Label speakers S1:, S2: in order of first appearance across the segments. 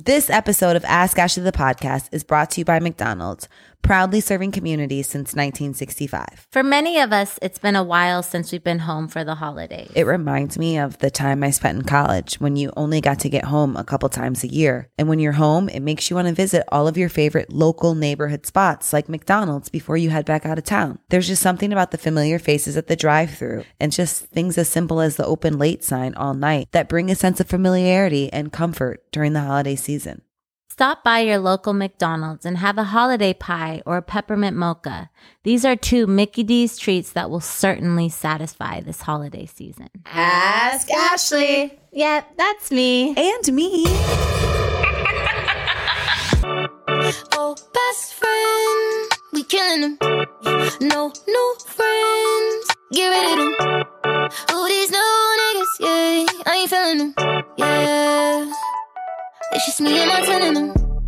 S1: This episode of Ask Ashley the podcast is brought to you by McDonald's, proudly serving communities since 1965.
S2: For many of us, it's been a while since we've been home for the holidays.
S1: It reminds me of the time I spent in college when you only got to get home a couple times a year. And when you're home, it makes you want to visit all of your favorite local neighborhood spots like McDonald's before you head back out of town. There's just something about the familiar faces at the drive through and just things as simple as the open late sign all night that bring a sense of familiarity and comfort during the holiday season.
S2: Stop by your local McDonald's and have a holiday pie or a peppermint mocha. These are two Mickey D's treats that will certainly satisfy this holiday season.
S3: Ask Ashley. Yep, that's me.
S1: And me.
S4: Oh, best friend, we killing them. No new friends, get rid of them. Oh, these new niggas, yeah, I ain't feeling them. Yeah, it's just me and my ten of them.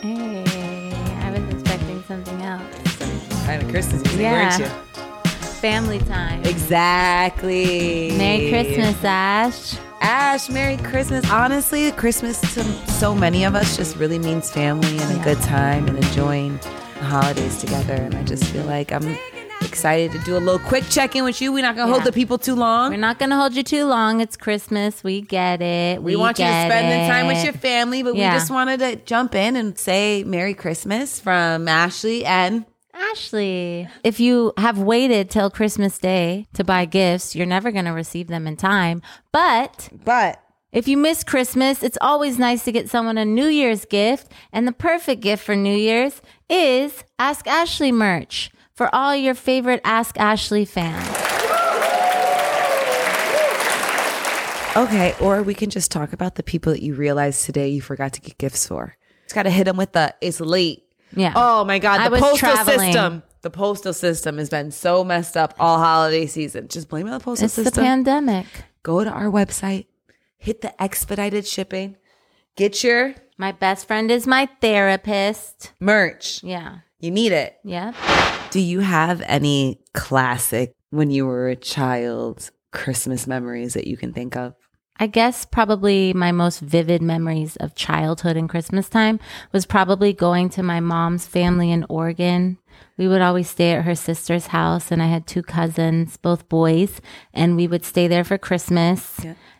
S2: Hey, I was expecting something else.
S1: Kind of Christmas music,
S2: Yeah. Family time.
S1: Exactly.
S2: Merry Christmas, Ash.
S1: Ash, Merry Christmas. Honestly, Christmas to so many of us just really means family and a
S2: Yeah.
S1: good time and enjoying the holidays together. And I just feel like I'm excited to do a little quick check in with you. We're not going to hold
S2: Yeah.
S1: the people too
S2: We're
S1: long.
S2: not going to hold you too long. It's Christmas. We get it.
S1: We,
S2: We,
S1: want you to
S2: get
S1: spend the time
S2: it.
S1: with your family, but
S2: Yeah.
S1: we just wanted to jump in and say Merry Christmas from Ashley and
S2: Ashley, if you have waited till Christmas Day to buy gifts, you're never going to receive them in time. But
S1: but
S2: if you miss Christmas, it's always nice to get someone a New Year's gift. And the perfect gift for New Year's is Ask Ashley merch for all your favorite Ask Ashley fans.
S1: Okay, or we can just talk about the people that you realized today you forgot to get gifts for. It's got to hit them with the it's late.
S2: Yeah.
S1: Oh my God, the
S2: I was
S1: postal
S2: traveling.
S1: system. The postal system has been so messed up all holiday season. Just blame it on the postal
S2: It's the
S1: system.
S2: pandemic.
S1: Go to our website, hit the expedited shipping, get your
S2: My best friend is my therapist.
S1: merch.
S2: Yeah.
S1: You need it.
S2: Yeah.
S1: Do you have any classic when you were a child Christmas memories that you can think of?
S2: I guess probably my most vivid memories of childhood and Christmas time was probably going to my mom's family in Oregon. We would always stay at her sister's house, and I had two cousins, both boys, and we would stay there for Christmas.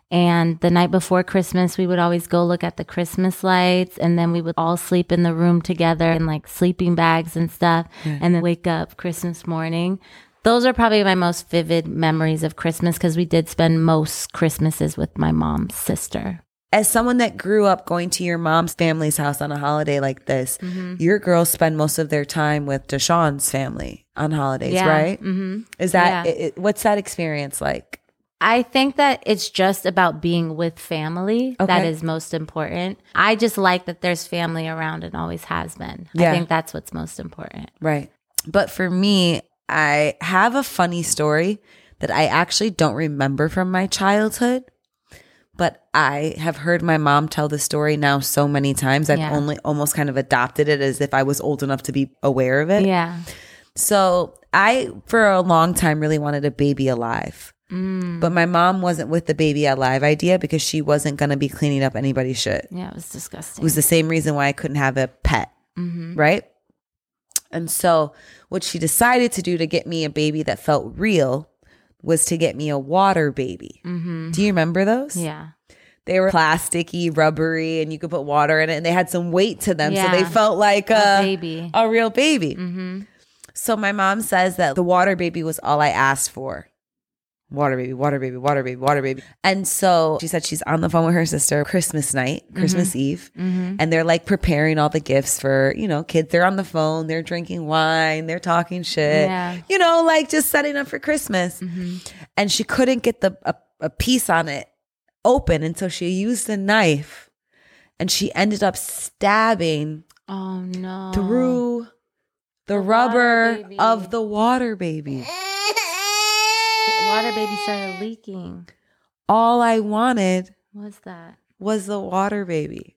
S2: And the night before Christmas, we would always go look at the Christmas lights, and then we would all sleep in the room together in like sleeping bags and stuff, and then wake up Christmas morning. Those are probably my most vivid memories of Christmas because we did spend most Christmases with my mom's sister.
S1: as someone that grew up going to your mom's family's house on a holiday like this,
S2: Mm-hmm.
S1: your girls spend most of their time with Deshawn's family on holidays, right?
S2: hmm
S1: Is that
S2: Yeah.
S1: it, it- what's that experience like?
S2: I think that it's just about being with family that
S1: Okay.
S2: is most important. I just like that there's family around and always has been.
S1: Yeah.
S2: I think that's what's most important.
S1: Right. But for me, I have a funny story that I actually don't remember from my childhood, but I have heard my mom tell the story now so many times. I've
S2: Yeah.
S1: only almost kind of adopted it as if I was old enough to be aware of it.
S2: Yeah.
S1: So I, for a long time, really wanted a baby alive.
S2: Mm.
S1: But my mom wasn't with the baby alive idea because she wasn't going to be cleaning up anybody's shit.
S2: Yeah, it was disgusting.
S1: It was the same reason why I couldn't have a pet,
S2: Mm-hmm.
S1: right? And so, what she decided to do to get me a baby that felt real was to get me a water baby.
S2: mm-hmm.
S1: Do you remember those?
S2: Yeah.
S1: They were plasticky, rubbery, and you could put water in it, and they had some weight to them.
S2: Yeah.
S1: So, they felt like
S2: A
S1: a,
S2: baby.
S1: a real baby.
S2: Mm-hmm.
S1: So my mom says that the water baby was all I asked for. Water baby, water baby, water baby, water baby. And so she said she's on the phone with her sister Christmas night, Christmas Eve,
S2: Mm-hmm.
S1: and they're like preparing all the gifts for, you know, kids. They're on the phone, they're drinking wine, they're talking shit.
S2: Yeah.
S1: You know, like just setting up for Christmas.
S2: Mm-hmm.
S1: And she couldn't get the a, a piece on it open until she used a knife and she ended up stabbing
S2: Oh no.
S1: through the,
S2: water
S1: rubber
S2: baby.
S1: of the water baby.
S2: water baby started leaking.
S1: All I wanted
S2: What's that?
S1: was the water baby.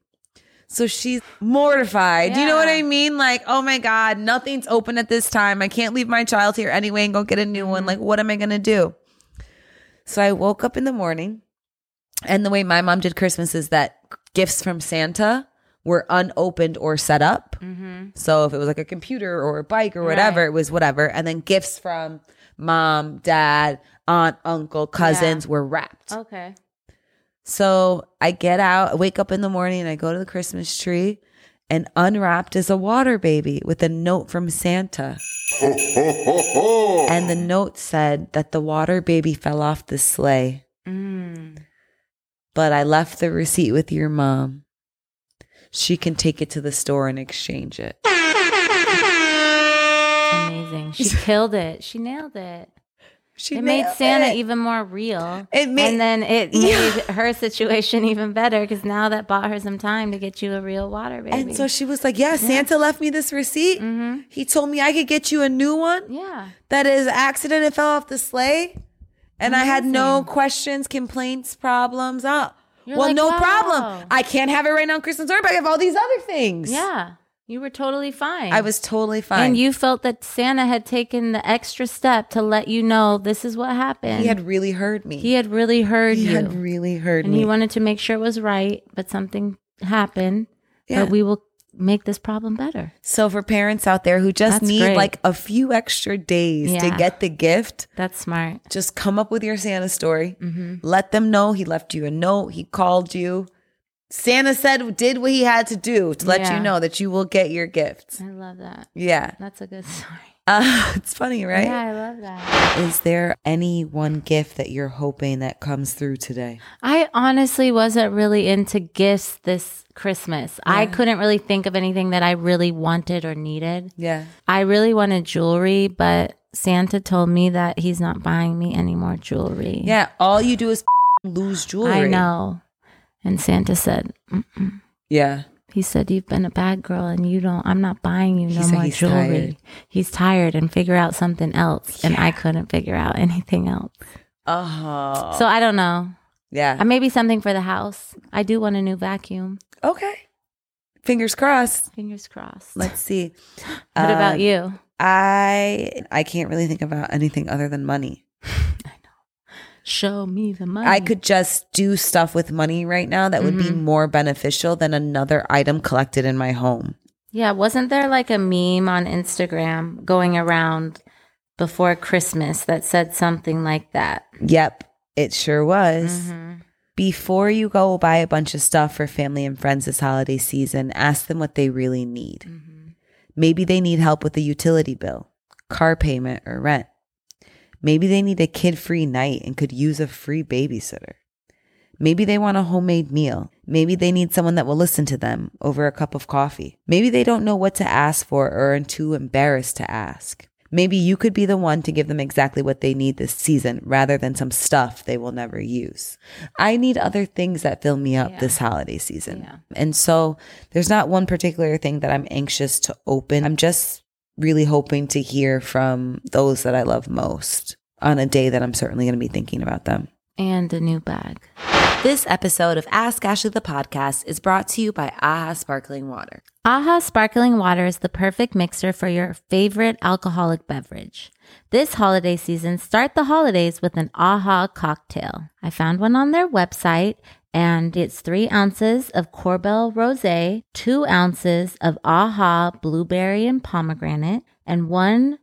S1: So she's mortified. Do you know what I
S2: Yeah.
S1: mean? Like, oh my God, nothing's open at this time. I can't leave my child here anyway
S2: Mm-hmm.
S1: and go get a new one. Like, what am I going to do? So I woke up in the morning And the way my mom did Christmas is that gifts from Santa were unopened or set up.
S2: Mm-hmm.
S1: So if it was like a computer or a bike or whatever, it was whatever. And then gifts from mom, dad, aunt, uncle, cousins were wrapped.
S2: Okay.
S1: So I get out, I wake up in the morning, and I go to the Christmas tree, and unwrapped is a water baby with a note from Santa. And the note said that the water baby fell off the sleigh,
S2: Mm.
S1: but I left the receipt with your mom. She can take it to the store and exchange it.
S2: Amazing. She killed it. She nailed it.
S1: She
S2: it made
S1: nailed
S2: Santa
S1: it.
S2: even more real.
S1: It made-
S2: and then it
S1: Yeah.
S2: made her situation even better because now that bought her some time to get you a real water baby.
S1: And so she was like, "Yeah, Santa left me this receipt.
S2: Mhm.
S1: He told me I could get you a new one."
S2: yeah.
S1: that is accident it fell off the sleigh and i had no questions complaints problems uh,
S2: You're
S1: well
S2: like,
S1: no
S2: wow.
S1: problem i can't have it right now on christmas order but i have all these other things
S2: Yeah. You were totally fine.
S1: i was totally fine
S2: And you felt that Santa had taken the extra step to let you know this is what happened.
S1: he had really heard me
S2: He had really heard
S1: He
S2: you.
S1: had really heard
S2: and
S1: me
S2: he wanted to make sure it was right, but something happened.
S1: Yeah.
S2: But we will make this problem better.
S1: so for parents out there who just
S2: That's
S1: need
S2: great.
S1: like a few extra days to
S2: Yeah.
S1: get the gift
S2: That's smart.
S1: just come up with your Santa story.
S2: Mm-hmm.
S1: Let them know he left you a note. He called you. Santa said, did what he had to do to let
S2: Yeah.
S1: you know that you will get your gift.
S2: I love that.
S1: Yeah.
S2: That's a good story.
S1: Uh, it's funny, right?
S2: Yeah, I love that.
S1: Is there any one gift that you're hoping that comes through today?
S2: I honestly wasn't really into gifts this Christmas. I couldn't really think of anything that I really wanted or needed.
S1: Yeah.
S2: I really wanted jewelry, but Santa told me that he's not buying me any more jewelry.
S1: Yeah. All you do is lose jewelry.
S2: I know. And Santa said, Mm-mm.
S1: Yeah.
S2: he said, you've been a bad girl and you don't, I'm not buying you no
S1: said
S2: more
S1: he's
S2: jewelry.
S1: tired.
S2: He's tired and figure out something else. And I couldn't figure out anything else.
S1: Uh huh.
S2: So I don't know.
S1: Yeah.
S2: Uh, Maybe something for the house. I do want a new vacuum.
S1: okay. Fingers crossed.
S2: Fingers crossed. What
S1: Let's see.
S2: about
S1: Um,
S2: you?
S1: I I can't really think about anything other than money.
S2: Show me the money.
S1: I could just do stuff with money right now that would be more beneficial than another item collected in my home.
S2: Yeah, wasn't there like a meme on Instagram going around before Christmas that said something like that?
S1: Yep, it sure was.
S2: Mm-hmm.
S1: Before you go buy a bunch of stuff for family and friends this holiday season, ask them what they really need. Maybe they need help with a utility bill, car payment, or rent. Maybe they need a kid free night and could use a free babysitter. Maybe they want a homemade meal. Maybe they need someone that will listen to them over a cup of coffee. Maybe they don't know what to ask for or are too embarrassed to ask. Maybe you could be the one to give them exactly what they need this season rather than some stuff they will never use. I need other things that fill me up this holiday season.
S2: Yeah.
S1: And so there's not one particular thing that I'm anxious to open. I'm just really hoping to hear from those that I love most on a day that I'm certainly going to be thinking about them.
S2: And a new bag.
S1: This episode of Ask Ashley the podcast is brought to you by AHA Sparkling Water.
S2: AHA sparkling water is the perfect mixer for your favorite alcoholic beverage. This holiday season, start the holidays with an AHA cocktail. I found one on their website, and it's three ounces of Corbel Rose, two ounces of AHA blueberry and pomegranate, and one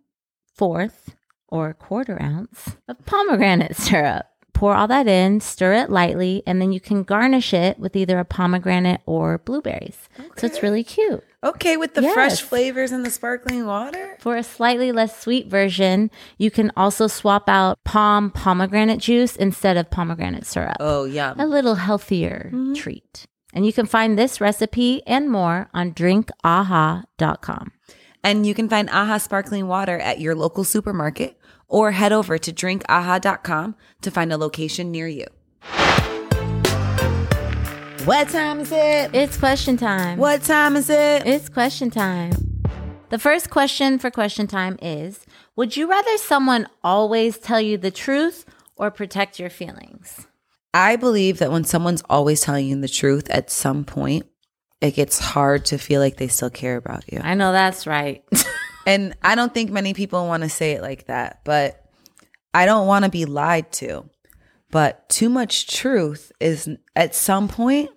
S2: fourth or quarter ounce of pomegranate syrup. Pour all that in, stir it lightly, and then you can garnish it with either a pomegranate or blueberries. So it's really cute.
S1: Okay, with the
S2: Yes.
S1: fresh flavors and the sparkling water?
S2: For a slightly less sweet version, you can also swap out palm pomegranate juice instead of pomegranate syrup.
S1: Oh, yum.
S2: A little healthier treat. And you can find this recipe and more on drinkaha.com.
S1: And you can find AHA Sparkling Water at your local supermarket or head over to drinkaha.com to find a location near you. What time is it?
S2: It's question time.
S1: What time is it?
S2: It's question time. The first question for question time is Would you rather someone always tell you the truth or protect your feelings?
S1: I believe that when someone's always telling you the truth at some point, it gets hard to feel like they still care about you.
S2: I know that's right.
S1: And I don't think many people want to say it like that, but I don't want to be lied to. But too much truth is at some point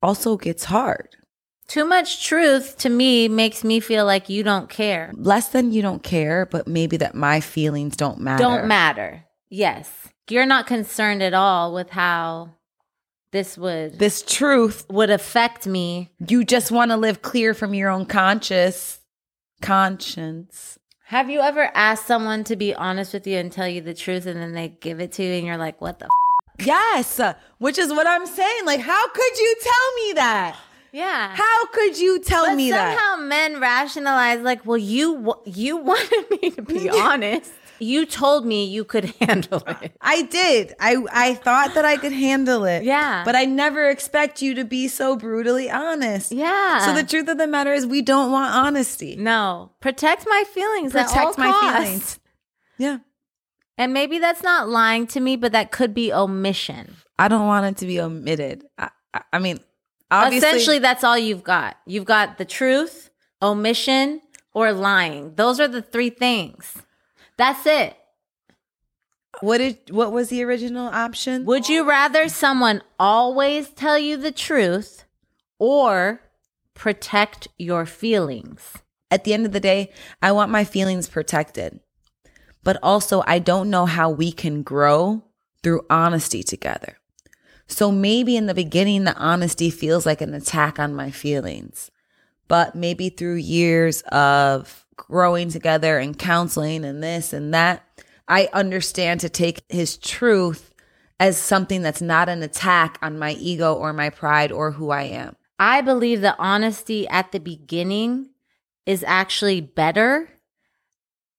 S1: also gets hard.
S2: Too much truth to me makes me feel like you don't care.
S1: Less than you don't care, but maybe that my feelings don't matter.
S2: Don't matter. Yes. You're not concerned at all with how this would
S1: This truth,
S2: would affect me.
S1: you just want to live clear from your own conscious conscience.
S2: Have you ever asked someone to be honest with you and tell you the truth and then they give it to you and you're like, "What the f-?
S1: Yes, which is what I'm saying. Like, how could you tell me that?
S2: Yeah.
S1: How could you tell
S2: but
S1: me that?
S2: somehow men rationalize like, "Well, you wa- you wanted me to be honest. You told me you could handle it."
S1: I did. I I thought that I could handle it.
S2: Yeah.
S1: But I never expect you to be so brutally honest.
S2: Yeah.
S1: So the truth of the matter is we don't want honesty.
S2: No, protect my feelings. at all
S1: Protect my
S2: costs.
S1: feelings. Yeah.
S2: And maybe that's not lying to me, but that could be omission.
S1: I don't want it to be omitted. I I, I mean, obviously
S2: Essentially, that's all you've got. You've got the truth, omission, or lying. Those are the three things. That's it.
S1: what did what was the original option?
S2: Would you rather someone always tell you the truth or protect your feelings?
S1: At the end of the day, I want my feelings protected. But also, I don't know how we can grow through honesty together. So maybe in the beginning, the honesty feels like an attack on my feelings. But maybe through years of growing together and counseling and this and that, I understand to take his truth as something that's not an attack on my ego or my pride or who I am.
S2: I believe that honesty at the beginning is actually better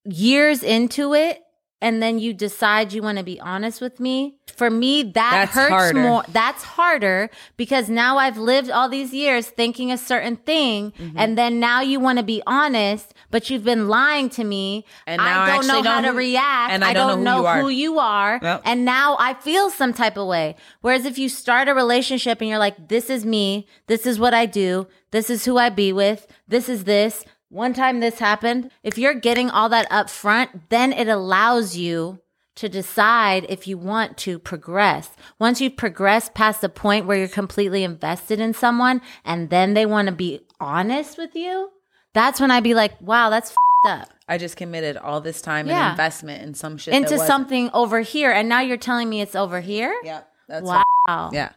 S2: years into it. And then you decide you want to be honest with me. For me, that
S1: That's
S2: hurts
S1: harder.
S2: more. That's harder because now I've lived all these years thinking a certain thing.
S1: Mm-hmm.
S2: And then now you want to be honest, but you've been lying to me.
S1: And now I
S2: I don't know
S1: actually
S2: how
S1: don't
S2: to
S1: who-
S2: react.
S1: and I don't know who you are.
S2: you are
S1: Yep.
S2: and now i feel some type of way whereas if you start a relationship and you're like this is me this is what i do this is who i be with this is this one time this happened if you're getting all that up front then it allows you to decide if you want to progress once you progress past the point where you're completely invested in someone and then they want to be honest with you that's when i'd be like wow that's fed up
S1: I just committed all this time
S2: Yeah.
S1: and investment in some shit that
S2: into
S1: wasn't-
S2: something over here and now you're telling me it's over here
S1: Yep. That's
S2: wow
S1: Yeah.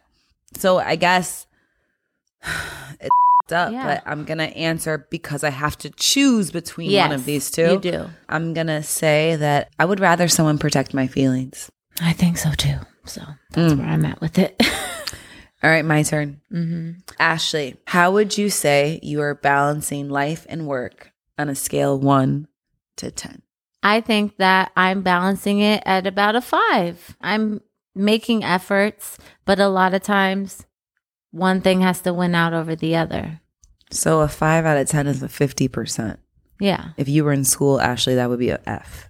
S1: So I guess it's up,
S2: Yeah.
S1: but I'm gonna answer because I have to choose between one of these two.
S2: you do
S1: I'm gonna say that I would rather someone protect my feelings. Mm.
S2: i think so too so that's where i'm at with it
S1: All right, my turn. Mm-hmm. Ashley, how would you say you are balancing life and work on a scale one to ten?
S2: i think that i'm balancing it at about a five i'm making efforts but a lot of times one thing has to win out over the other
S1: So a five out of ten is a fifty percent.
S2: yeah
S1: If you were in school, Ashley, that would be a F.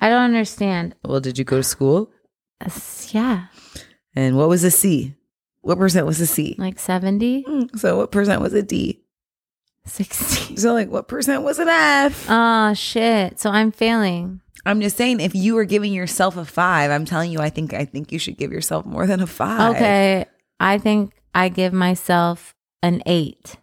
S2: i don't understand
S1: Well, did you go to school?
S2: It's- yeah
S1: And what was a C? What percent was a C?
S2: like 70
S1: Mm, So what percent was a D?
S2: 60
S1: So like what percent was an F?
S2: oh shit so i'm failing
S1: I'm just saying if you were giving yourself a five, I'm telling you, I think I think you should give yourself more than a five.
S2: Okay. I think I give myself an eight.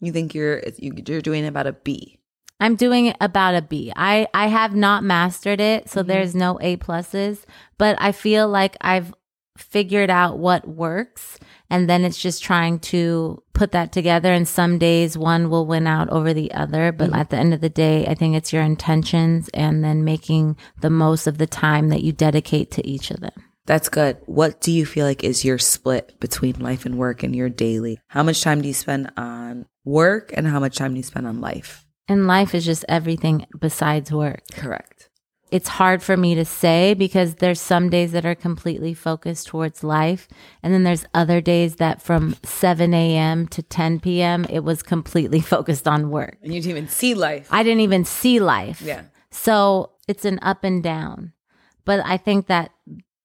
S1: You think you're you- you're doing about a B.
S2: I'm doing about a B. I, I have not mastered it, so there's no A pluses, but I feel like I've figured out what works. And then it's just trying to put that together. And some days one will win out over the other. But at the end of the day, I think it's your intentions and then making the most of the time that you dedicate to each of them.
S1: That's good. What do you feel like is your split between life and work in your daily? How much time do you spend on work and how much time do you spend on life?
S2: And life is just everything besides work.
S1: Correct.
S2: it's hard for me to say because there's some days that are completely focused towards life and then there's other days that from 7 a.m to 10 p.m it was completely focused on work
S1: And you didn't even see life.
S2: i didn't even see life
S1: Yeah.
S2: so it's an up and down but i think that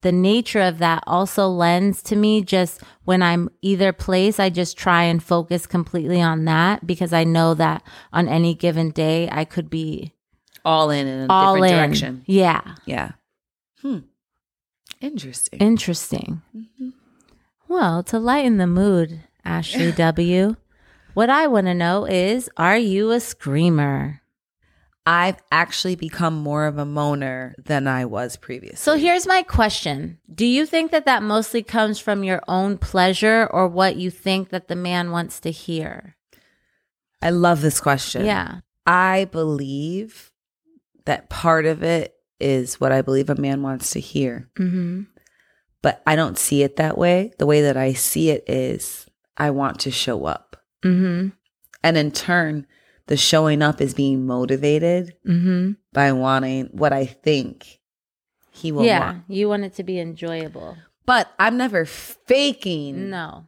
S2: the nature of that also lends to me just when i'm either place i just try and focus completely on that because i know that on any given day i could be
S1: All in in a
S2: all
S1: different
S2: in
S1: direction.
S2: yeah
S1: Yeah. Interesting.
S2: Interesting.
S1: Mm-hmm.
S2: Well, to lighten the mood, Ashley W., what I want to know is are you a screamer?
S1: I've actually become more of a moaner than I was previously.
S2: So here's my question Do you think that that mostly comes from your own pleasure or what you think that the man wants to hear?
S1: I love this question.
S2: Yeah.
S1: I believe that part of it is what I believe a man wants to hear,
S2: Mm-hmm.
S1: but I don't see it that way. The way that I see it is I want to show up.
S2: Mm-hmm.
S1: And in turn, the showing up is being motivated
S2: Mm-hmm.
S1: by wanting what I think he will
S2: yeah.
S1: want.
S2: You want it to be enjoyable.
S1: But I'm never faking
S2: no.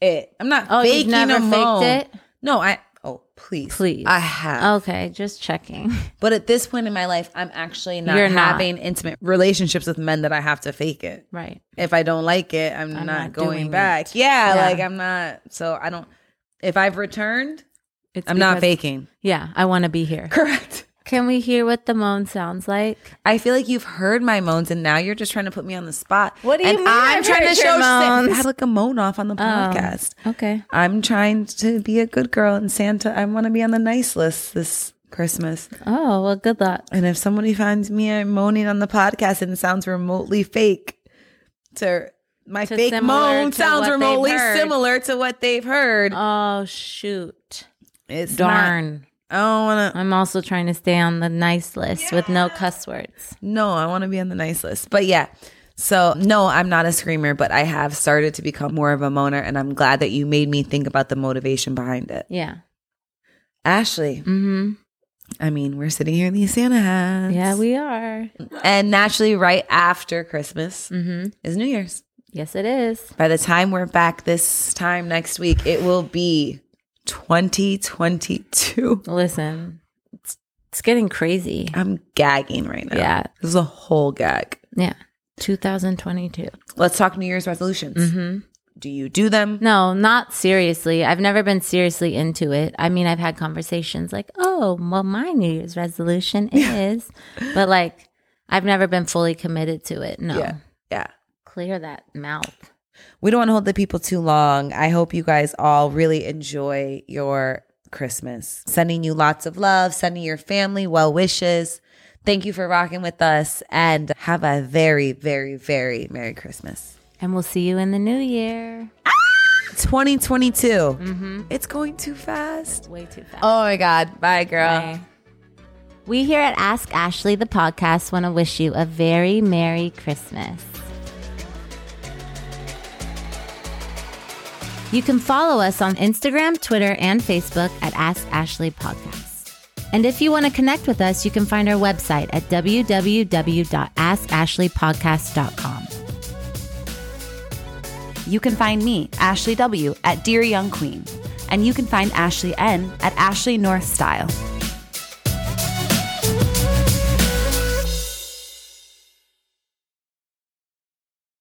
S1: it. I'm not
S2: Oh,
S1: faking
S2: you've never
S1: a
S2: faked
S1: moan.
S2: it?
S1: No, I. Oh, please, Oh.
S2: Please.
S1: I have.
S2: Okay, just checking.
S1: But at this point in my life, I'm actually not
S2: You're not.
S1: having intimate relationships with men that I have to fake it.
S2: right.
S1: If I don't like it, I'm, not,
S2: I'm not doing
S1: going back.
S2: it.
S1: Yeah,
S2: Yeah.
S1: like I'm not. So I don't. If I've returned,
S2: It's
S1: I'm not
S2: because-
S1: faking.
S2: Yeah, I want to be here.
S1: Correct.
S2: Can we hear what the moan sounds like?
S1: I feel like you've heard my moans, and now you're just trying to put me on the spot.
S2: What do you
S1: and
S2: mean
S1: I'm
S2: I've
S1: trying
S2: heard
S1: to
S2: your
S1: show
S2: moans?
S1: I had like a moan off on the podcast.
S2: Okay.
S1: I'm trying to be a good girl, and Santa. I want to be on the nice list this Christmas.
S2: Oh, well, good luck.
S1: And if somebody finds me I'm moaning on the podcast and it sounds remotely fake, to my
S2: To
S1: fake
S2: similar
S1: moan
S2: to
S1: sounds
S2: what they've
S1: remotely
S2: heard.
S1: similar to what they've heard.
S2: Oh, shoot.
S1: it's darn.
S2: Darn.
S1: I don't want to.
S2: I'm also trying to stay on the nice list with no cuss words.
S1: No, I want to be on the nice list. But yeah. So, no, I'm not a screamer, but I have started to become more of a moaner. And I'm glad that you made me think about the motivation behind it.
S2: Yeah.
S1: Ashley,
S2: Mm
S1: I mean, we're sitting here in these Santa
S2: hmm.
S1: hats.
S2: Yeah, we are.
S1: And naturally, right after Christmas
S2: Mm hmm.
S1: is New Year's.
S2: Yes, it is.
S1: By the time we're back this time next week, it will be 2022.
S2: Listen, it's, it's getting crazy.
S1: I'm gagging right now.
S2: Yeah.
S1: This is a whole gag.
S2: Yeah. 2022.
S1: Let's talk New Year's resolutions.
S2: hmm.
S1: Do you do them?
S2: No, not seriously. I've never been seriously into it. I mean, I've had conversations like, oh, well, my New Year's resolution is, but like, I've never been fully committed to it. No.
S1: Yeah. Yeah.
S2: Clear that mouth.
S1: We don't want to hold the people too long. I hope you guys all really enjoy your Christmas. Sending you lots of love, sending your family well wishes. Thank you for rocking with us and have a very, very, very Merry Christmas.
S2: And we'll see you in the new year.
S1: 2022. It's going too fast.
S2: Mm-hmm. Way too fast.
S1: Oh my God. Bye, girl.
S2: Bye. We here at Ask Ashley, the podcast, want to wish you a very Merry Christmas. You can follow us on Instagram, Twitter, and Facebook at Ask Ashley Podcast. And if you want to connect with us, you can find our website at www.askashleypodcast.com.
S5: You can find me, Ashley W, at Dear Young Queen, and you can find Ashley N at Ashley North Style.